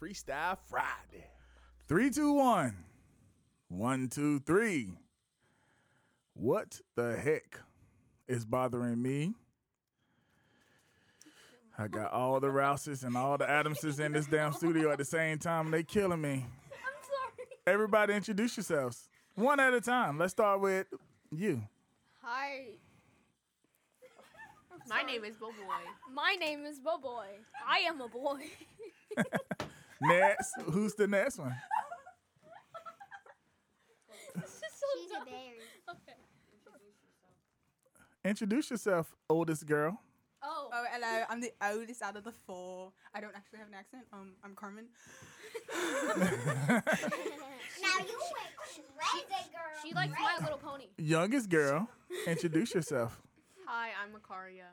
Freestyle Friday. Three, two, one. One, two, three. What the heck is bothering me? I got all the Rouses and all the Adamses in this damn studio at the same time, and they killing me. I'm sorry. Everybody, introduce yourselves one at a time. Let's start with you. Hi. My name is Bo Boy. My name is Bo Boy. I am a boy. Next, who's the next one? This is so She's a dumb. berry. Okay. Introduce yourself, oldest girl. Oh. Oh, hello. I'm the oldest out of the four. I don't actually have an accent. Um, I'm Carmen. Now you went crazy, girl. She likes My Little Pony. Youngest girl, introduce yourself. Hi, I'm Makaria.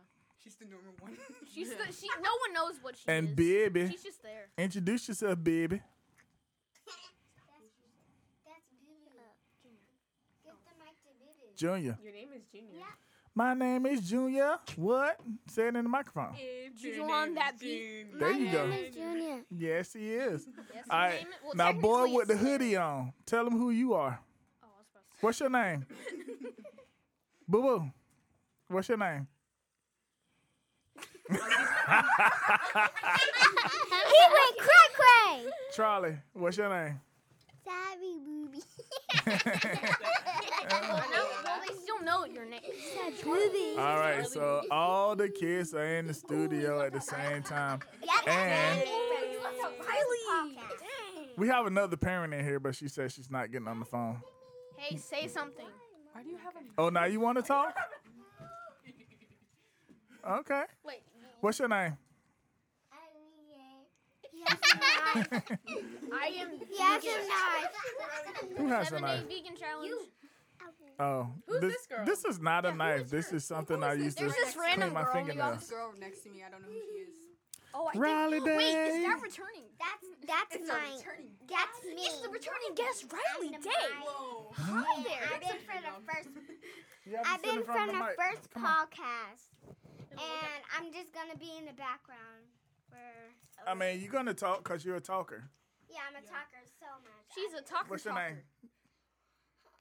She's the normal one. She's the, she. No one knows what she And is. baby. She's just there. Introduce yourself, baby. That's Boo Boo. Get the mic to Boo Boo. Junior. Your name is Junior. Yeah. My name is Junior. What? Say it in the microphone. If You on that beat? There you go. Junior. Yes, he is. Yes, All right. now, boy with the hoodie on, tell him who you are. Oh, I was about to say. What's your name? Boo Boo. What's your name? He went cray cray. Charlie. What's your name? Sorry, Booby. No, well, they still know your name. Booby. All right. So all the kids are in the studio at the same time. And Riley. we have another parent in here, but she says she's not getting on the phone. Hey, say something. Why do you have a Oh, now you want to talk? Okay. Wait. What's your name? I am. Yes, vegan. Who has a Seven knife? day vegan challenge. Oh, Who's this, this girl? This is not a knife. This is something I used There's to this random clean my girl. in the fingernails. office- girl next to me? I don't know who she is. Oh, I Riley think. Wait, Day. is that returning? That's that's mine. That's me. It's the returning guest, Riley Day. Whoa. Hi there. I've been for the first. You have to I've sit in been front from of the mic. first Come on. podcast, and I'm just gonna be in the background. For I mean, you're gonna talk because you're a talker. yeah, I'm a talker so much. She's a talker. What's your talker. name?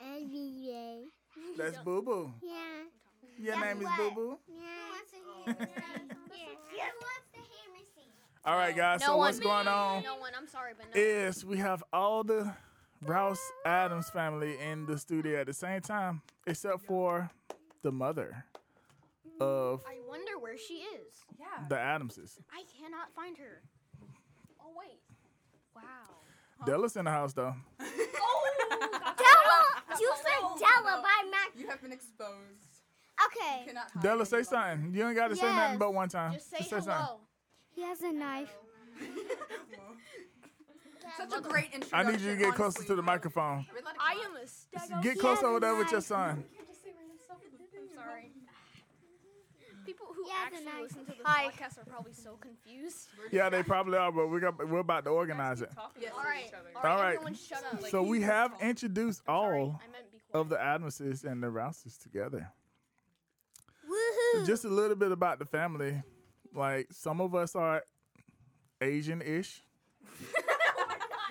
NBA. That's Boo Boo. Yeah. Oh. Your Guess name is Boo what? Boo. Who wants to hear me sing? Who wants to hear me sing? All right, guys. No so one. what's going on No one. I'm sorry, but no. is we have all the Rouse Adams family in the studio at the same time, except for the mother of I wonder where she is. Yeah. the Adamses. I cannot find her. Oh wait. Wow. Della's in the house though. Della! You said Della by Mac. You have been exposed. You Okay. cannot hide Della, say any longer. something. You ain't gotta say nothing Yes. but one time. Just say Just hello. He has a knife. Whoa. Such a great introduction. I need you to get closer honestly. to the microphone. I, really like I it. am a stego. Get close over there with your son. I'm sorry. People who Yeah, the actually knife. listen to this Hi. podcast are probably so confused. Yeah, they probably are, but we got, we're about to organize it. Yes. All right. All All right. right. Everyone, shut up. So we have introduced all I meant be quiet. of the Adamses and the Rouses together. Woohoo! Just a little bit about the family. Like some of us are Asian-ish. Who?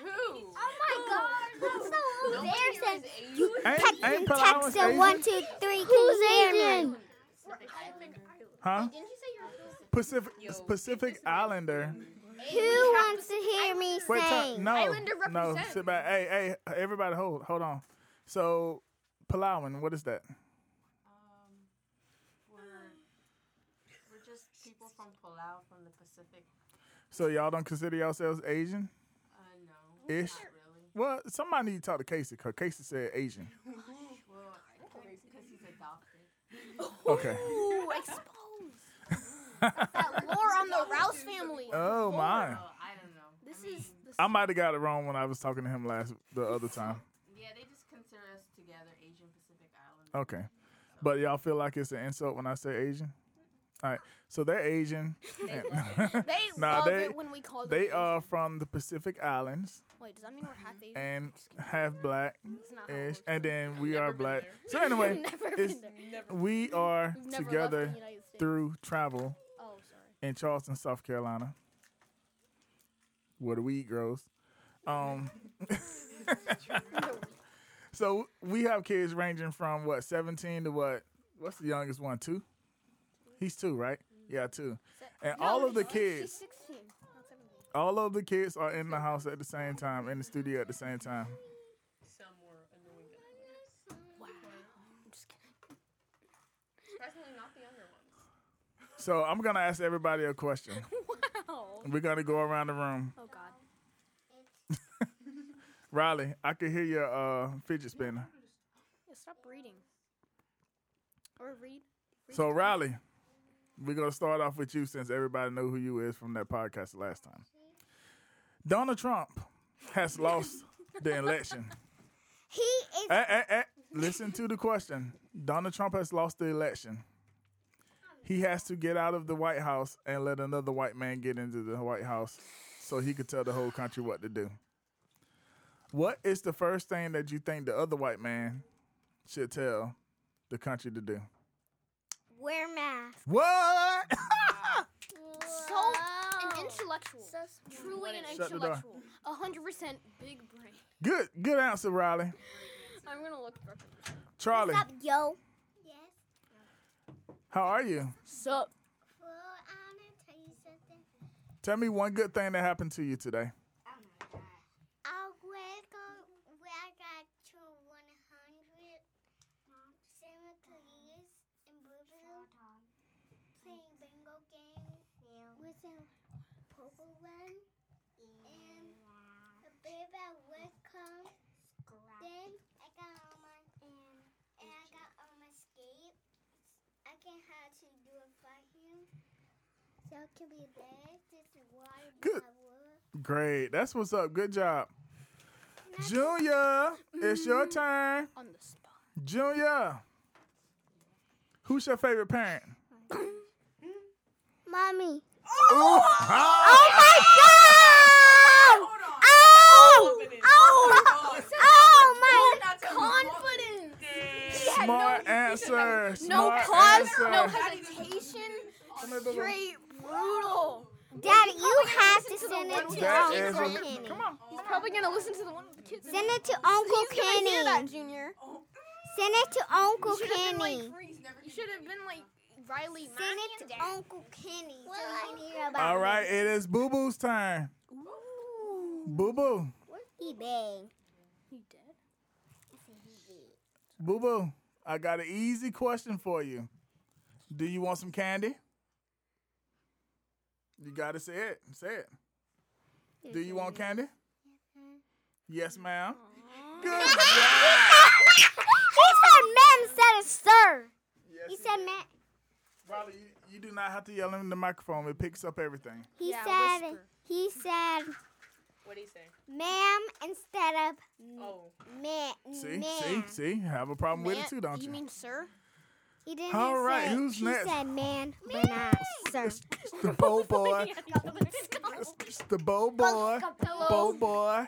Oh my God! So who's there says Ain't, ain't Palawan text Asian? one two three? Who's Asian? Huh? Pacific Pacific Islander. Who wants to hear me Wait, ti- sing? no, Islander no, represent. sit back. Hey, hey, everybody, hold, hold on. So Palawan, what is that? We're we're just people from Palau, from the Pacific. So y'all don't consider yourselves Asian? Uh, no, Ish. not really. Well, somebody need to talk to Casey because Casey said Asian. Well, because he's adopted. Okay. Ooh, expose. that lore on the Rouse family. Oh my. Oh, I don't know. I This mean, is this I might have got it wrong when I was talking to him last the other time. yeah, they just consider us together Asian Pacific Islanders. Okay. But y'all feel like it's an insult when I say Asian? All right. So they're Asian. They and- They Nah, love they- it when we call them. they uh, Asian. are from the Pacific Islands Wait, does that mean we're half Asian? and half black That's not how it ish. works. And then we are never been black. there. So anyway, never it's been there. we are We've never left together the United States. through travel Oh, sorry. in Charleston, South Carolina, where the weed grows. Um, so we have kids ranging from what seventeen to what? What's the youngest one? Two. He's two, right? Mm-hmm. Yeah, two. And all of the She's kids, 16. not 17. all of the kids are in the house at the same time, in the studio at the same time. Some were annoying. than others. Wow. I'm just kidding. Surprisingly, not the younger ones. So I'm gonna ask everybody a question. Oh. We're gonna go around the room. Oh God. Riley, I can hear your uh, fidget spinner. Yeah, stop reading. Or read. So Riley, we're gonna start off with you since everybody know who you is from that podcast last time. Donald Trump has lost the election. He is Eh, eh, eh, Listen to the question. Donald Trump has lost the election. He has to get out of the White House and let another white man get into the White House so he could tell the whole country what to do. What is the first thing that you think the other white man should tell the country to do? wear mask. What? So Wow. an intellectual. Oh. Truly Shut an the door. intellectual. A hundred percent big brain. Good, good answer, Riley. I'm gonna look for. Charlie, What's up, yo? Yes. how are you? Sup. Well, I'm gonna tell you something. Tell me one good thing that happened to you today. I was gonna, when I got to 100 Santa Claus and Boo Boo playing bingo game with a purple one and a baby at work come. Then I got on my and, and I got on my skate. I can how to do it for him. So it can be there, just water Good. my wood. Great. That's what's up. Good job. Junior, it's your turn. On the spot. Junior, who's your favorite parent? Mommy. Oh! Oh! Oh Confidence. Smart answer. No Smart pause. No answer. hesitation. Oh, Straight brutal. my Daddy, you have to to the send it one to That is Uncle a- Kenny. Come on. He's probably gonna listen to the one with the kids. in Send it. it to Uncle He's gonna hear that, Kenny. Junior. oh, Send it to Uncle You should have been like, Kenny. you should have been like Riley. Send Mack it and to Dad. Uncle Kenny so you can hear about All right, it is Boo Boo's turn. Boo Boo, He bang. You dead? Boo Boo, I got an easy question for you. Do you want some candy? You got to say it. Say it. Do you want candy? Uh-huh. Yes, ma'am. Good job. He said man instead of sir. He Yes, said man. Riley, you, you do not have to yell in the microphone. It picks up everything. He Yeah, said whisper. he said What do you say? ma'am instead of Oh, man. See, see, Mm, ma'am. see. Have a problem with it too, don't you? mean sir? He didn't All say. right, who's she next? said man, but not sir. It's the bow boy. it's, it's the bow boy. Bow boy.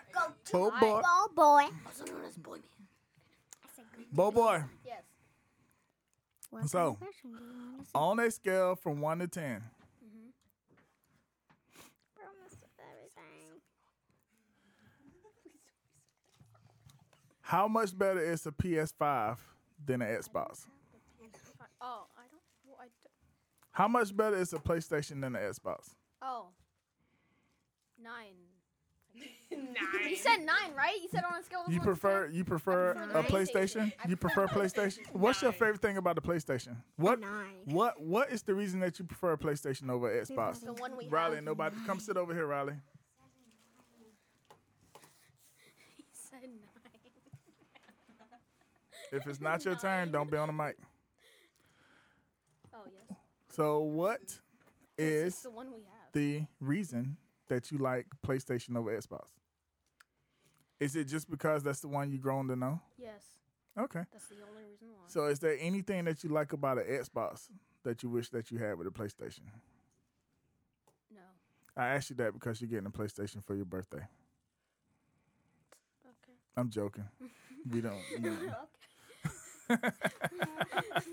Bow boy. Oh boy. Also known as boy man. Bow boy. Yes. What So- kind of question do you wanna say? On a scale from one to ten, Promise of everything. how much better is a PS5 than an Xbox? Oh, I don't. Well, I don't. How much better is a PlayStation than an Xbox? Oh. Nine. nine. You said nine, right? You said on a scale of You one to prefer ten? you prefer prefer the a PlayStation? PlayStation. You prefer PlayStation? What's your favorite thing about the PlayStation? What nine. what what is the reason that you prefer a PlayStation over an Xbox? the one we Riley, have. nobody come sit over here, Riley. He said nine. If it's not your turn, don't be on the mic. Oh yes. So what It's is the one we have. the reason that you like PlayStation over Xbox? Is it just because that's the one you grown to know? Yes. Okay. That's the only reason why. So is there anything that you like about an Xbox that you wish that you had with a PlayStation? No. I asked you that because you're getting a PlayStation for your birthday. Okay. I'm joking. We don't. No. What?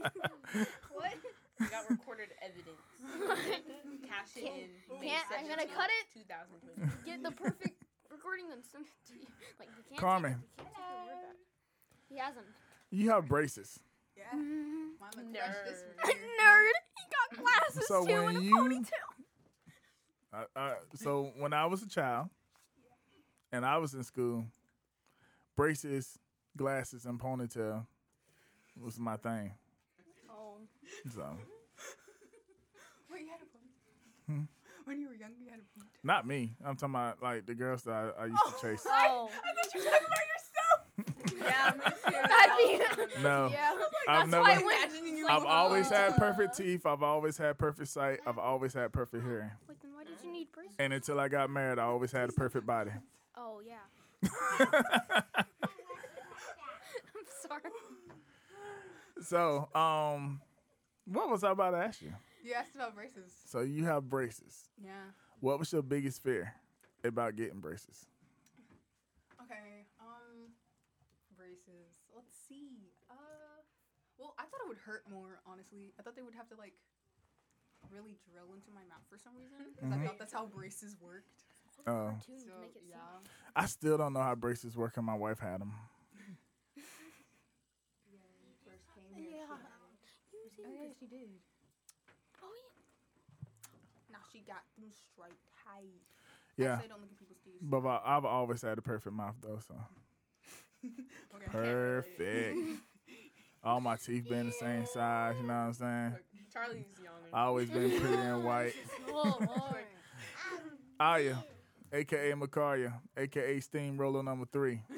We got recorded evidence. Cash it in. May Can't- I'm gonna 17th, cut it. 2020. Get the perfect recording and send it to you. Like you can't. Carmen. Take, it- you can't take your word back. He hasn't. you have braces. Yeah. Nerd. Mine look fresh this Nerd. weird. He got glasses So too when and a you- ponytail. I, I, so when I was a child, and I was in school, braces, glasses, and ponytail was my thing. Oh. So Wait, you had a pony. Hmm? When you were younger, you had a pony. not me. I'm talking about like the girls that I, I used to chase. Oh. I thought you were talking about yourself. yeah, me too. That'd No, Yeah. I've That's never. why I went. Imagining you. I've with always a- had perfect teeth. I've always had perfect sight. I've always had perfect hearing. Wait, then why did you need braces? And until I got married, I always had a perfect body. Oh yeah. I'm sorry. so, um, what was I about to ask you? You asked about braces. So you have braces. Yeah. What was your biggest fear about getting braces? Okay. Um, braces. Let's see. Uh, well, I thought it would hurt more. Honestly, I thought they would have to like really drill into my mouth for some reason. 'cause I Mhm. thought that's how braces worked. Oh, Cartoon So to make it yeah. sound. I still don't know how braces work, and my wife had them. Yeah. Oh yeah, she did. Now Oh, she got them straight tight. Yeah, Actually, I don't look at people's teeth. but I- I've always had a perfect mouth though, so okay. perfect. All my teeth been the same size. You know what I'm saying? Look, Charlie's yawning. I always been pretty and white. Oh lord. Aya, aka Macaria, aka Steamroller Number Three.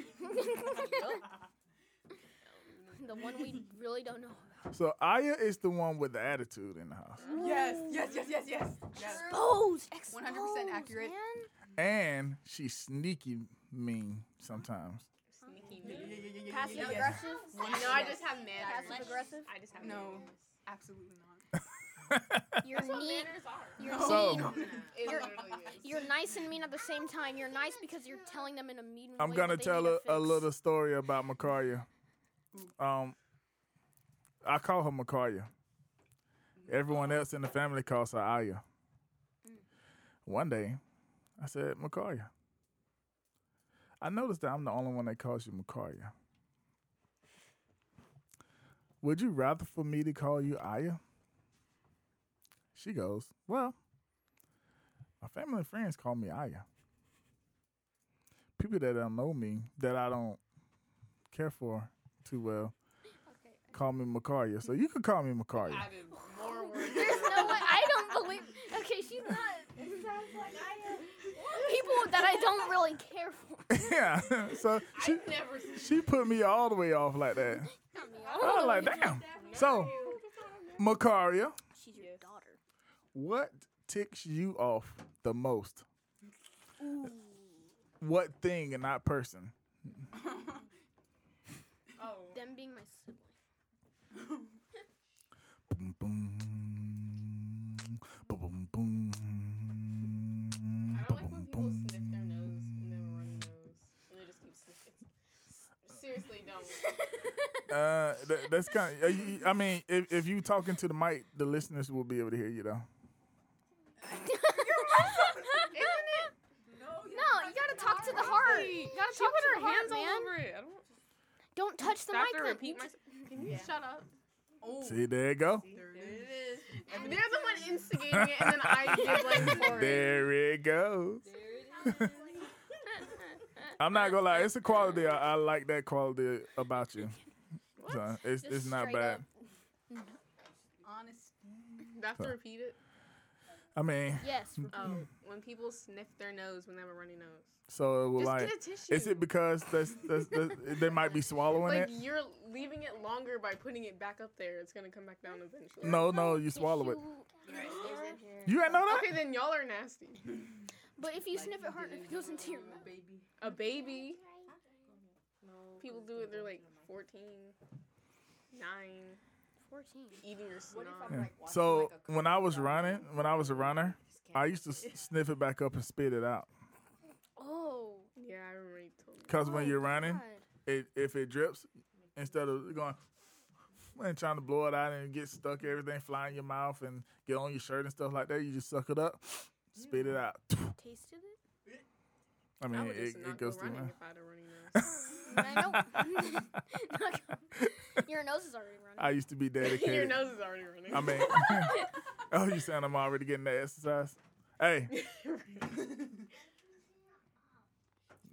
the one we really don't know about. So Aya is the one with the attitude in the house, Yes. Yes. Yes. Yes. Yes. yes. Oh, Exposed. 100% exposed, accurate. Man. and she's sneaky mean sometimes. Sneaky Yeah, yeah, me. yeah, yeah, yeah, Passive yeah, yeah. aggressive. No, I just have manners. Passive aggressive. I just have No. manners. Absolutely not. You're That's what neat. manners are. You're So- mean. It You're- literally is. You're nice and mean at the same time. You're nice because you're telling them in a mean way. I'm what gonna they tell need a, to a fix. little story about Macaria. Um, I call her Macaria. Everyone else in the family calls her Aya. Mm. One day, I said, Macaria. I noticed that I'm the only one that calls you Macaria. Would you rather for me to call you Aya? She goes, Well, my family and friends call me Aya people that don't know me that I don't care for too well Okay. call me Macaria. So you could call me Macaria. Added more words. There's no way. I don't believe. Okay, she's not. It sounds like I am. People that I don't really care for. yeah. so she, I've never seen she put me all the way off like that. I was like, damn. So Macaria, She's your daughter. what ticks you off the most? What thing and not person? Oh. Them being my sibling. Boom, boom, boom, boom, boom, I don't like when people sniff their nose and then run nose and they just keep sniffing. Seriously, don't. Uh, th- that's kind of. I mean, if if you talking to the mic, the listeners will be able to hear you though. No, you gotta talk to the heart. You gotta talk to the heart, man. over it. I Don't don't touch the have mic. to then. repeat myself. Can you shut up? Oh, See, there you go. there There it is. it is. If they're the one instigating it, and then I get blamed for it. There it goes. I'm not gonna lie, it's a quality. I, I like that quality about you. So it's Just it's not straight bad. up. Honesty. Do I have to repeat it? I mean, Yes. Oh, when people sniff their nose when they have a runny nose. so it will Just like. get a tissue. Is it because that's, that's, that's they might be swallowing it? like you're leaving it longer by putting it back up there. It's gonna come back down eventually. No, no, you swallow it. You ain't know that. Okay, then y'all are nasty. But if you sniff it hard, it goes into your mouth. baby. A baby. No. People do it. They're like 14, 9, Fourteen. Eating your snot. What if I'm Yeah. like watching So like, a when I cartoon was about- running, when I was a runner, Just I can't used to s- do it. sniff it back up and spit it out. Oh. Yeah, I already told you. Cause oh, when you're running, God. it if it drips, instead of going and trying to blow it out and get stuck, everything fly in your mouth and get on your shirt and stuff like that, you just suck it up, spit it out. tasted it. I mean, Mm. I would it, just it not goes go through. running my- if I had a running nose. I know. your nose is already running. I used to be dedicated. your nose is already running. I mean, oh, you saying I'm already getting that exercise? Hey,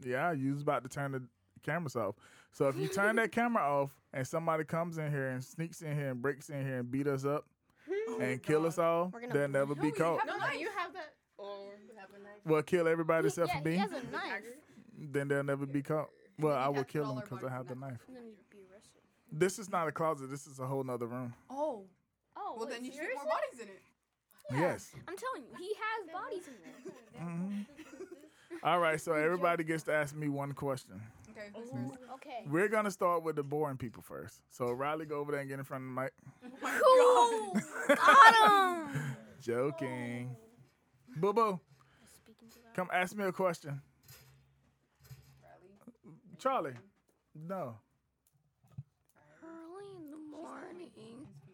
yeah, you was about to turn the cameras off. So if you turn that camera off and somebody comes in here and sneaks in here and breaks in here and beat us up Oh and kill us all, We're gonna- they'll never be you caught. have- no, no, you have that. Oh, Well, kill everybody He- except yeah, for me, he has a knife. then they'll never be caught. Well, I Maybe will after kill all them our because I bodies have the in that- knife. And then you'd be arrested. This is not a closet. This is a whole nother room. Oh, Oh, well wait, then you shoot seriously? more bodies in it. Yes. I'm telling you, he has bodies in there. Mhm. All right. So everybody gets to ask me one question. Okay, Oh. who's first? Okay. We're gonna start with the boring people first. So Riley, go over there and get in front of the mic. Cool. Got him. Joking. Boo boo, Speaking to that. come ask me a question. Charlie. No. Early in the morning.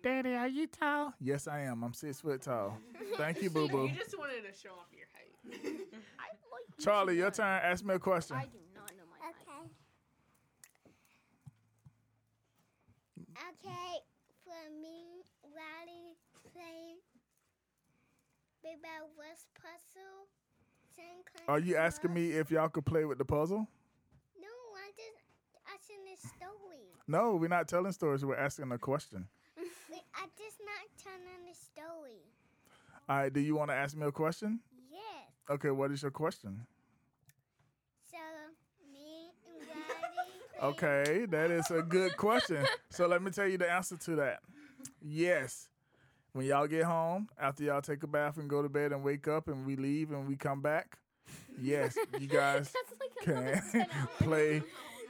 Daddy, are you tall? Yes, I am. I'm six foot tall. Thank you, boo boo. You just wanted to show off your height. I like you Charlie, so your much. turn. Ask me a question. I do not know my height. Okay. Okay, for me, Riley playing Big West puzzle. Ten Are you asking Club. me if y'all could play with the puzzle? No, I just asking a story. No, we're not telling stories. We're asking a question. Wait, I just not telling the story. All right. Do you want to ask me a question? Yes. Okay. What is your question? So me and Riley. play- Okay, that is a good question. So let me tell you the answer to that. Yes. When y'all get home, after y'all take a bath and go to bed and wake up and we leave and we come back, yes, you guys That's like another can 10 hours. play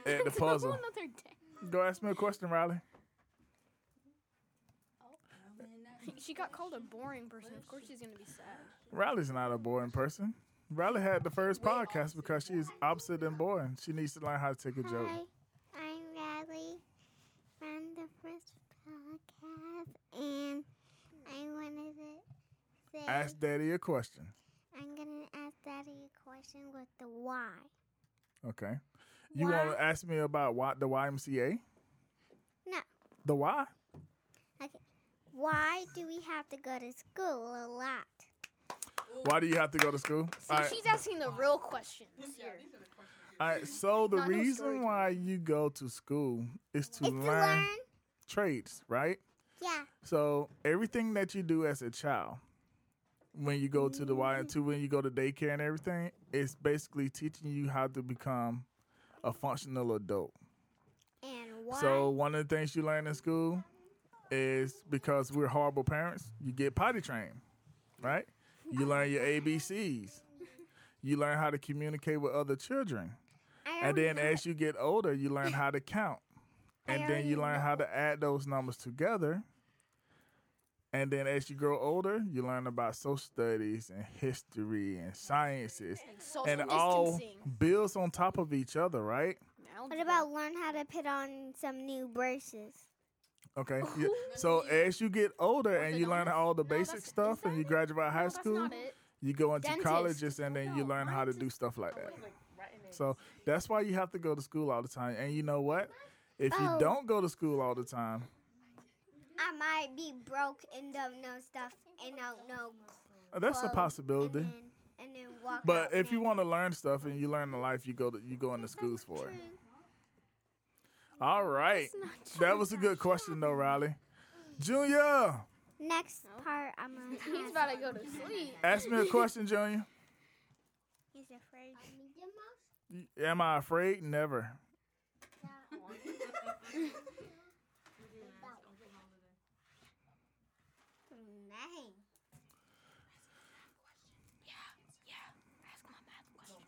at the That's a whole puzzle. Another day. Go ask me a question, Riley. She got called a boring person. Of course she's gonna be sad. Riley's not a boring person. Riley had the first podcast because she's opposite and boring. She needs to learn how to take a joke. Hi, I'm Riley from the first podcast, and I wanted to say Ask Daddy a question. I'm gonna ask Daddy a question with the why. Okay. You want to ask me about what the YMCA? No. The why? Why do we have to go to school a lot? Why do you have to go to school? See, All right. she's asking the real questions here. All right, so the Not no reason story why you go to school is to It's to learn learn. trades, right? Yeah. So everything that you do as a child, when you go to the Y and two, when you go to daycare and everything, it's basically teaching you how to become a functional adult. And why? So one of the things you learn in school is because we're horrible parents, you get potty trained, right? You learn your ABCs. You learn how to communicate with other children. I And already then know as you get older, you learn how to count. And then you learn how to add those numbers together. And then as you grow older, you learn about social studies and history and sciences. Social And it all distancing. builds on top of each other, right? Now What do about learn how to put on some new braces? Okay. yeah. So as you get older and you learn Orthodontist? all the No, basic that's- stuff is and that you it? graduate No, high that's school, not it. you go into Dentist. colleges and then you No, learn how to mine's do a- stuff like that. Right in it. So that's why you have to go to school all the time. And you know what? If you Oh. don't go to school all the time, I might be broke and don't know stuff and don't know. Uh, That's a clothes possibility. And then, and then walk but out if you naked. want to learn stuff and you learn the life, you go to you go into schools for it. True. All right, that was a good question though, Riley. Junior, Next part, I'm gonna. He's ask- about to go to sleep. ask me a question, Junior. He's afraid. Am I afraid? Never. Name. Ask my math question.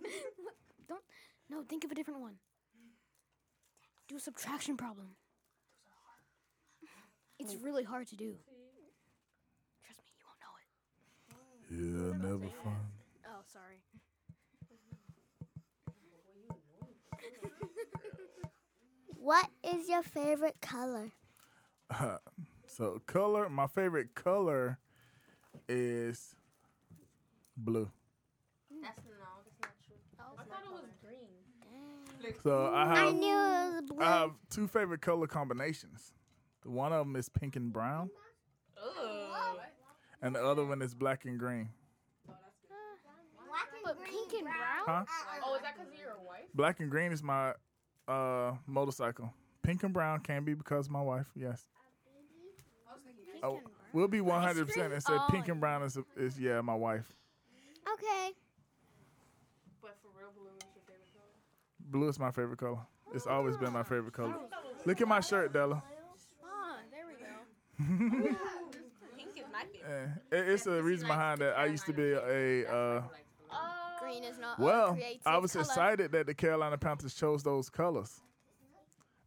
What? Don't. No, think of a different one. Do a subtraction problem. It's really hard to do. Trust me, you won't know it. Yeah, never fun. Oh, sorry. What is your favorite color? So color, my favorite color is blue. That's no, that's not true. I thought it was green. So Mm, I have I knew it was blue. I have two favorite color combinations. One of them is pink and brown, Oh. and the other one is black and green. But pink and brown? Huh? Oh, is that because you're a wife? Black and green is my uh, motorcycle. Pink and brown can be because my wife. Yes. Oh, we'll be 100 percent and say Oh, pink and brown is, is yeah my wife. Okay. But for real, blue is your favorite color. Blue is my favorite color. Oh, It's always been my favorite color. Look at my shirt, Della. Ah, there we go. Pink is my favorite. Eh, it- It's a reason behind that. I used to be a uh, Um, Green is not. a Well, creative I was color. excited that the Carolina Panthers chose those colors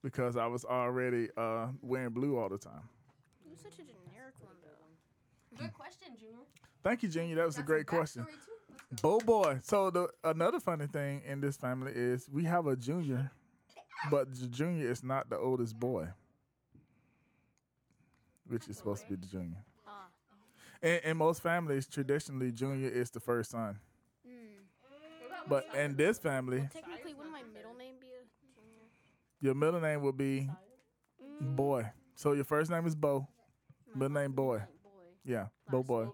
because I was already uh, wearing blue all the time. You're such a generic one, though. Good question, Junior. Thank you, Junior. That was a great question. Bo boy. So the another funny thing in this family is we have a junior, but the junior is not the oldest boy, which is supposed to be the junior. Ah. In, in most families, traditionally, junior is the first son, Mm. but in this family, Technically, wouldn't my middle name be a junior? Your middle name will be Boy. So your first name is Bo. My Middle name last Boy. is Boy. Yeah, Bo Last Boy. Bo Rouse.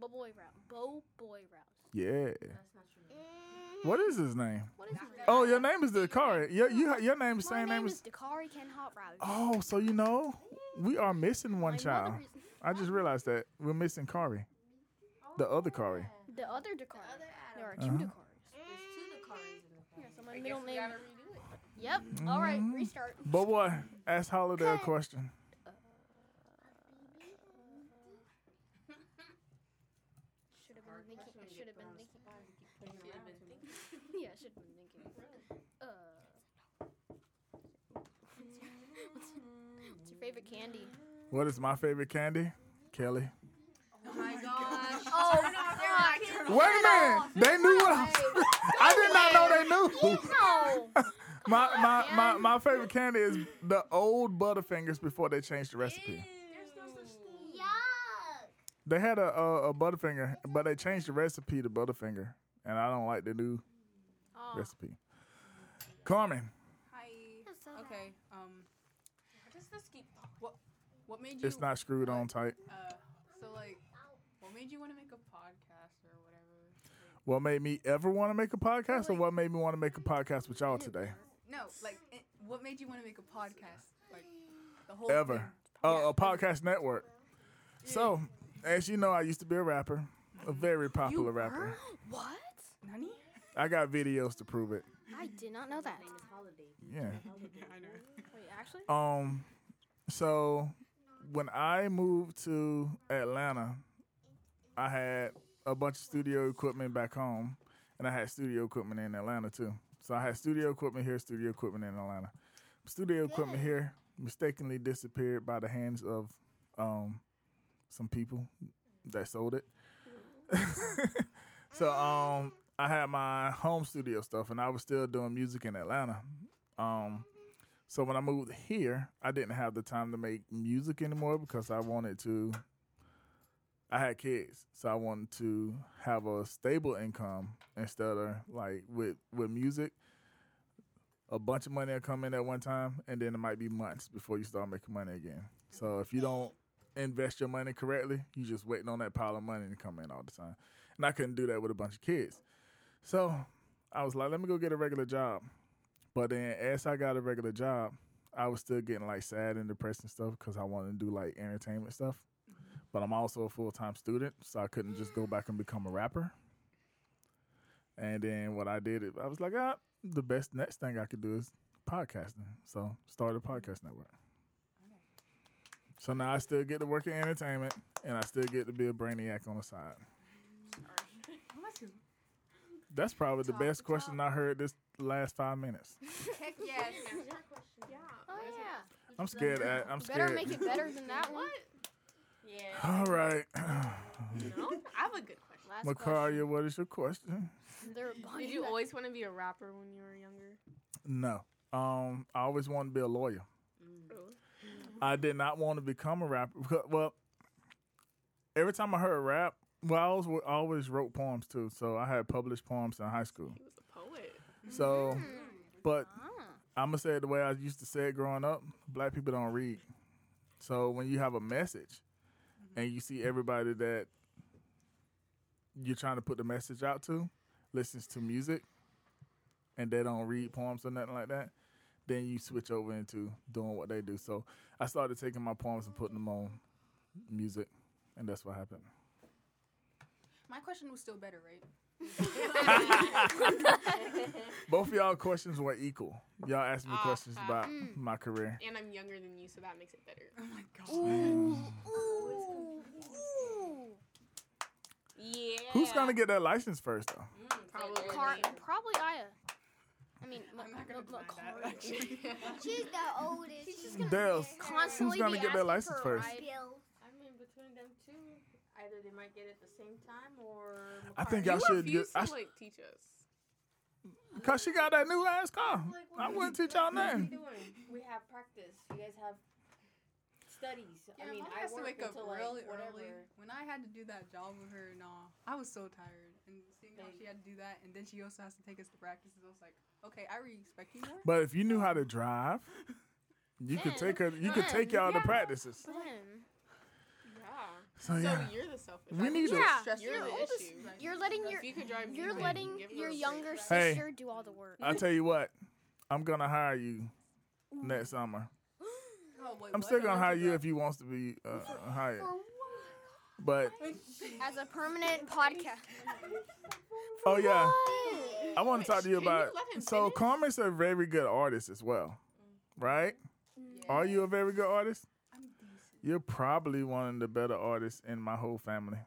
Bo Boy Rouse. Bo Boy Rouse. Yeah. That's not true. Mm. What is his name? What is his name? Oh, your name is Dakari. Your you, your name is My same name name is as. Dakari Ken Hot Rouse. Oh, so you know, we are missing My one mother child. is- I just realized that we're missing Kari, the other Kari. The other Dakari. There are 2 Uh-huh. Dakaris. There's two Oh. Dakaris in the Yeah, family. so my middle We name. gotta redo it. Yep. Mm-hmm. All right, restart. Bo Boy, ask Holiday a question. Should have been thinking. Should have been thinking. Should have been thinking. Yeah, should have been thinking. Uh, what's, what's your favorite candy? What is my favorite candy? Kelly. Oh my gosh. Oh, God. Wait a minute. They knew what I, I did not know they knew. No. My my, on, my man. my favorite candy is the old Butterfingers before they changed the recipe. Yuck. They had a, a a Butterfinger, but they changed the recipe to Butterfinger, and I don't like the new Oh, recipe. Carmen, Hi. That's so Okay. Um. Why does this keep popping? What? What made you? it's not screwed on tight. Uh. So like, what made you want to make a podcast or whatever? What made me ever want to make a podcast, or what made me want to make a podcast with y'all today? No, like, it, what made you want to make a podcast? Like, the whole Ever. thing. Uh, a podcast network. So, as you know, I used to be a rapper, a very popular rapper. what? Nani? I got videos to prove it. I did not know that. Holiday. Yeah. I know. Wait, actually? Um, so when I moved to Atlanta, I had a bunch of studio equipment back home, and I had studio equipment in Atlanta too. So I had studio equipment here, studio equipment in Atlanta. Studio equipment here mistakenly disappeared by the hands of um, some people that sold it. so um, I had my home studio stuff, and I was still doing music in Atlanta. Um, so when I moved here, I didn't have the time to make music anymore because I wanted to. I had kids, so I wanted to have a stable income instead of like with with music. A bunch of money will come in at one time, and then it might be months before you start making money again. So if you don't invest your money correctly, you just waiting on that pile of money to come in all the time. And I couldn't do that with a bunch of kids, so I was like, let me go get a regular job. But then as I got a regular job, I was still getting like sad and depressed and stuff because I wanted to do like entertainment stuff. But I'm also a full time student, so I couldn't just go back and become a rapper. And then what I did, I was like, ah, the best next thing I could do is podcasting. So started a podcast network. So now I still get to work in entertainment, and I still get to be a brainiac on the side. That's probably the best question I heard this last five minutes. Heck yes. Oh, yeah. I'm scared. At, I'm Better scared. make it better than that one. Yeah. All right, No? I have a good question. Last question. Macaria, what is your question? There are a bunch Did you that- always want to be a rapper when you were younger? No. Um, I always wanted to be a lawyer. Really? I did not want to become a rapper. because- Well, every time I heard rap, well, I always, I always wrote poems too. So I had published poems in high school. He was a poet. So, but Ah. I'm gonna say it the way I used to say it growing up. Black people don't read. So when you have a message, and you see everybody that you're trying to put the message out to listens to music, and they don't read poems or nothing like that, then you switch over into doing what they do. So I started taking my poems and putting them on music, and that's what happened. My question was still better, right? Both of y'all questions were equal. Y'all asked me Ah, questions ah, about mm. my career. And I'm younger than you, so that makes it better. Oh my god. Yeah. Who's gonna get that license first though? Probably. Car- probably Aya. I mean, Ma- I'm not gonna Ma- deny Macaria. that. Actually. She's the oldest. She's just Dale's Constantly gonna be get their asking license for a first? ride. Bill. I mean, between them two, either they might get it at the same time or. I think you I should get. refuse I to like teach us. Cause she got that new ass car. Like, what I are you- wouldn't teach y'all what are you nothing. doing? We have practice. You guys have studies. Yeah, I mean, mom I has work to wake up until like really whatever. early. When I had to do that job with her, nah, I was so tired. And seeing how Thank she had to do that, and then she also has to take us to practices, I was like, okay, I respect you more. But if you knew how to drive, you could Man. take her. You could take Man. y'all to Yeah. practices. Slim. Yeah. So So yeah, you're the selfish. We need you. to- Yeah, Stress You're her the out. issue. Right. You're letting your If you could drive, you're Uber, letting give her your a younger break. Hey. Uh, sister do all the work. I tell you what, I'm gonna hire you next summer. Oh, wait, I'm what? still gonna Don't hire do you that. if you wants to be uh, hired. But As a permanent podcast. oh yeah, What? I want to talk to you Can you about. let him So finish? Carmen's a very good artist as well, right? Are you a very good artist? I'm decent. You're probably one of the better artists in my whole family.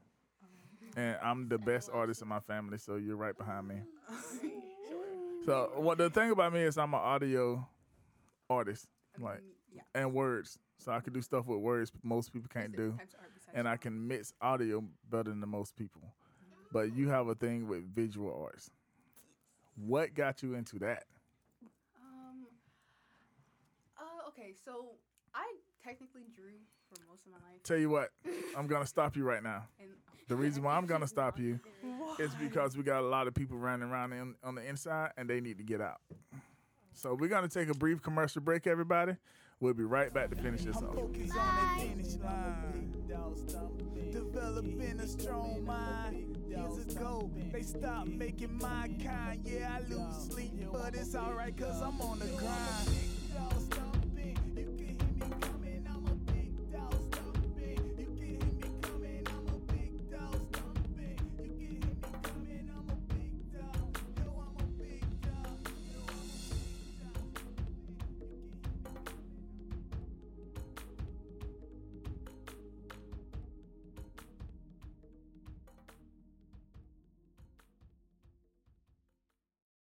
And I'm the best artist in my family, so you're right behind me. So what the thing about me is I'm an audio artist. Like Mm, yeah. and words. So I can do stuff with words most people there's can't do. different types of art besides And I drawing. can mix audio better than most people. But you have a thing with visual arts. What got you into that? Um. Uh, okay, so I technically drew for most of my life, Tell you what, I'm gonna stop you right now. and The reason why I'm gonna stop you is because we got a lot of people running around in, on the inside and they need to get out. So we're gonna take a brief commercial break, everybody. We'll be right back to finish this off. focus on the finish line. Developing a strong mind. Years ago, they stopped making my kind. Yeah, I lose sleep, but it's alright, cause I'm on the grind.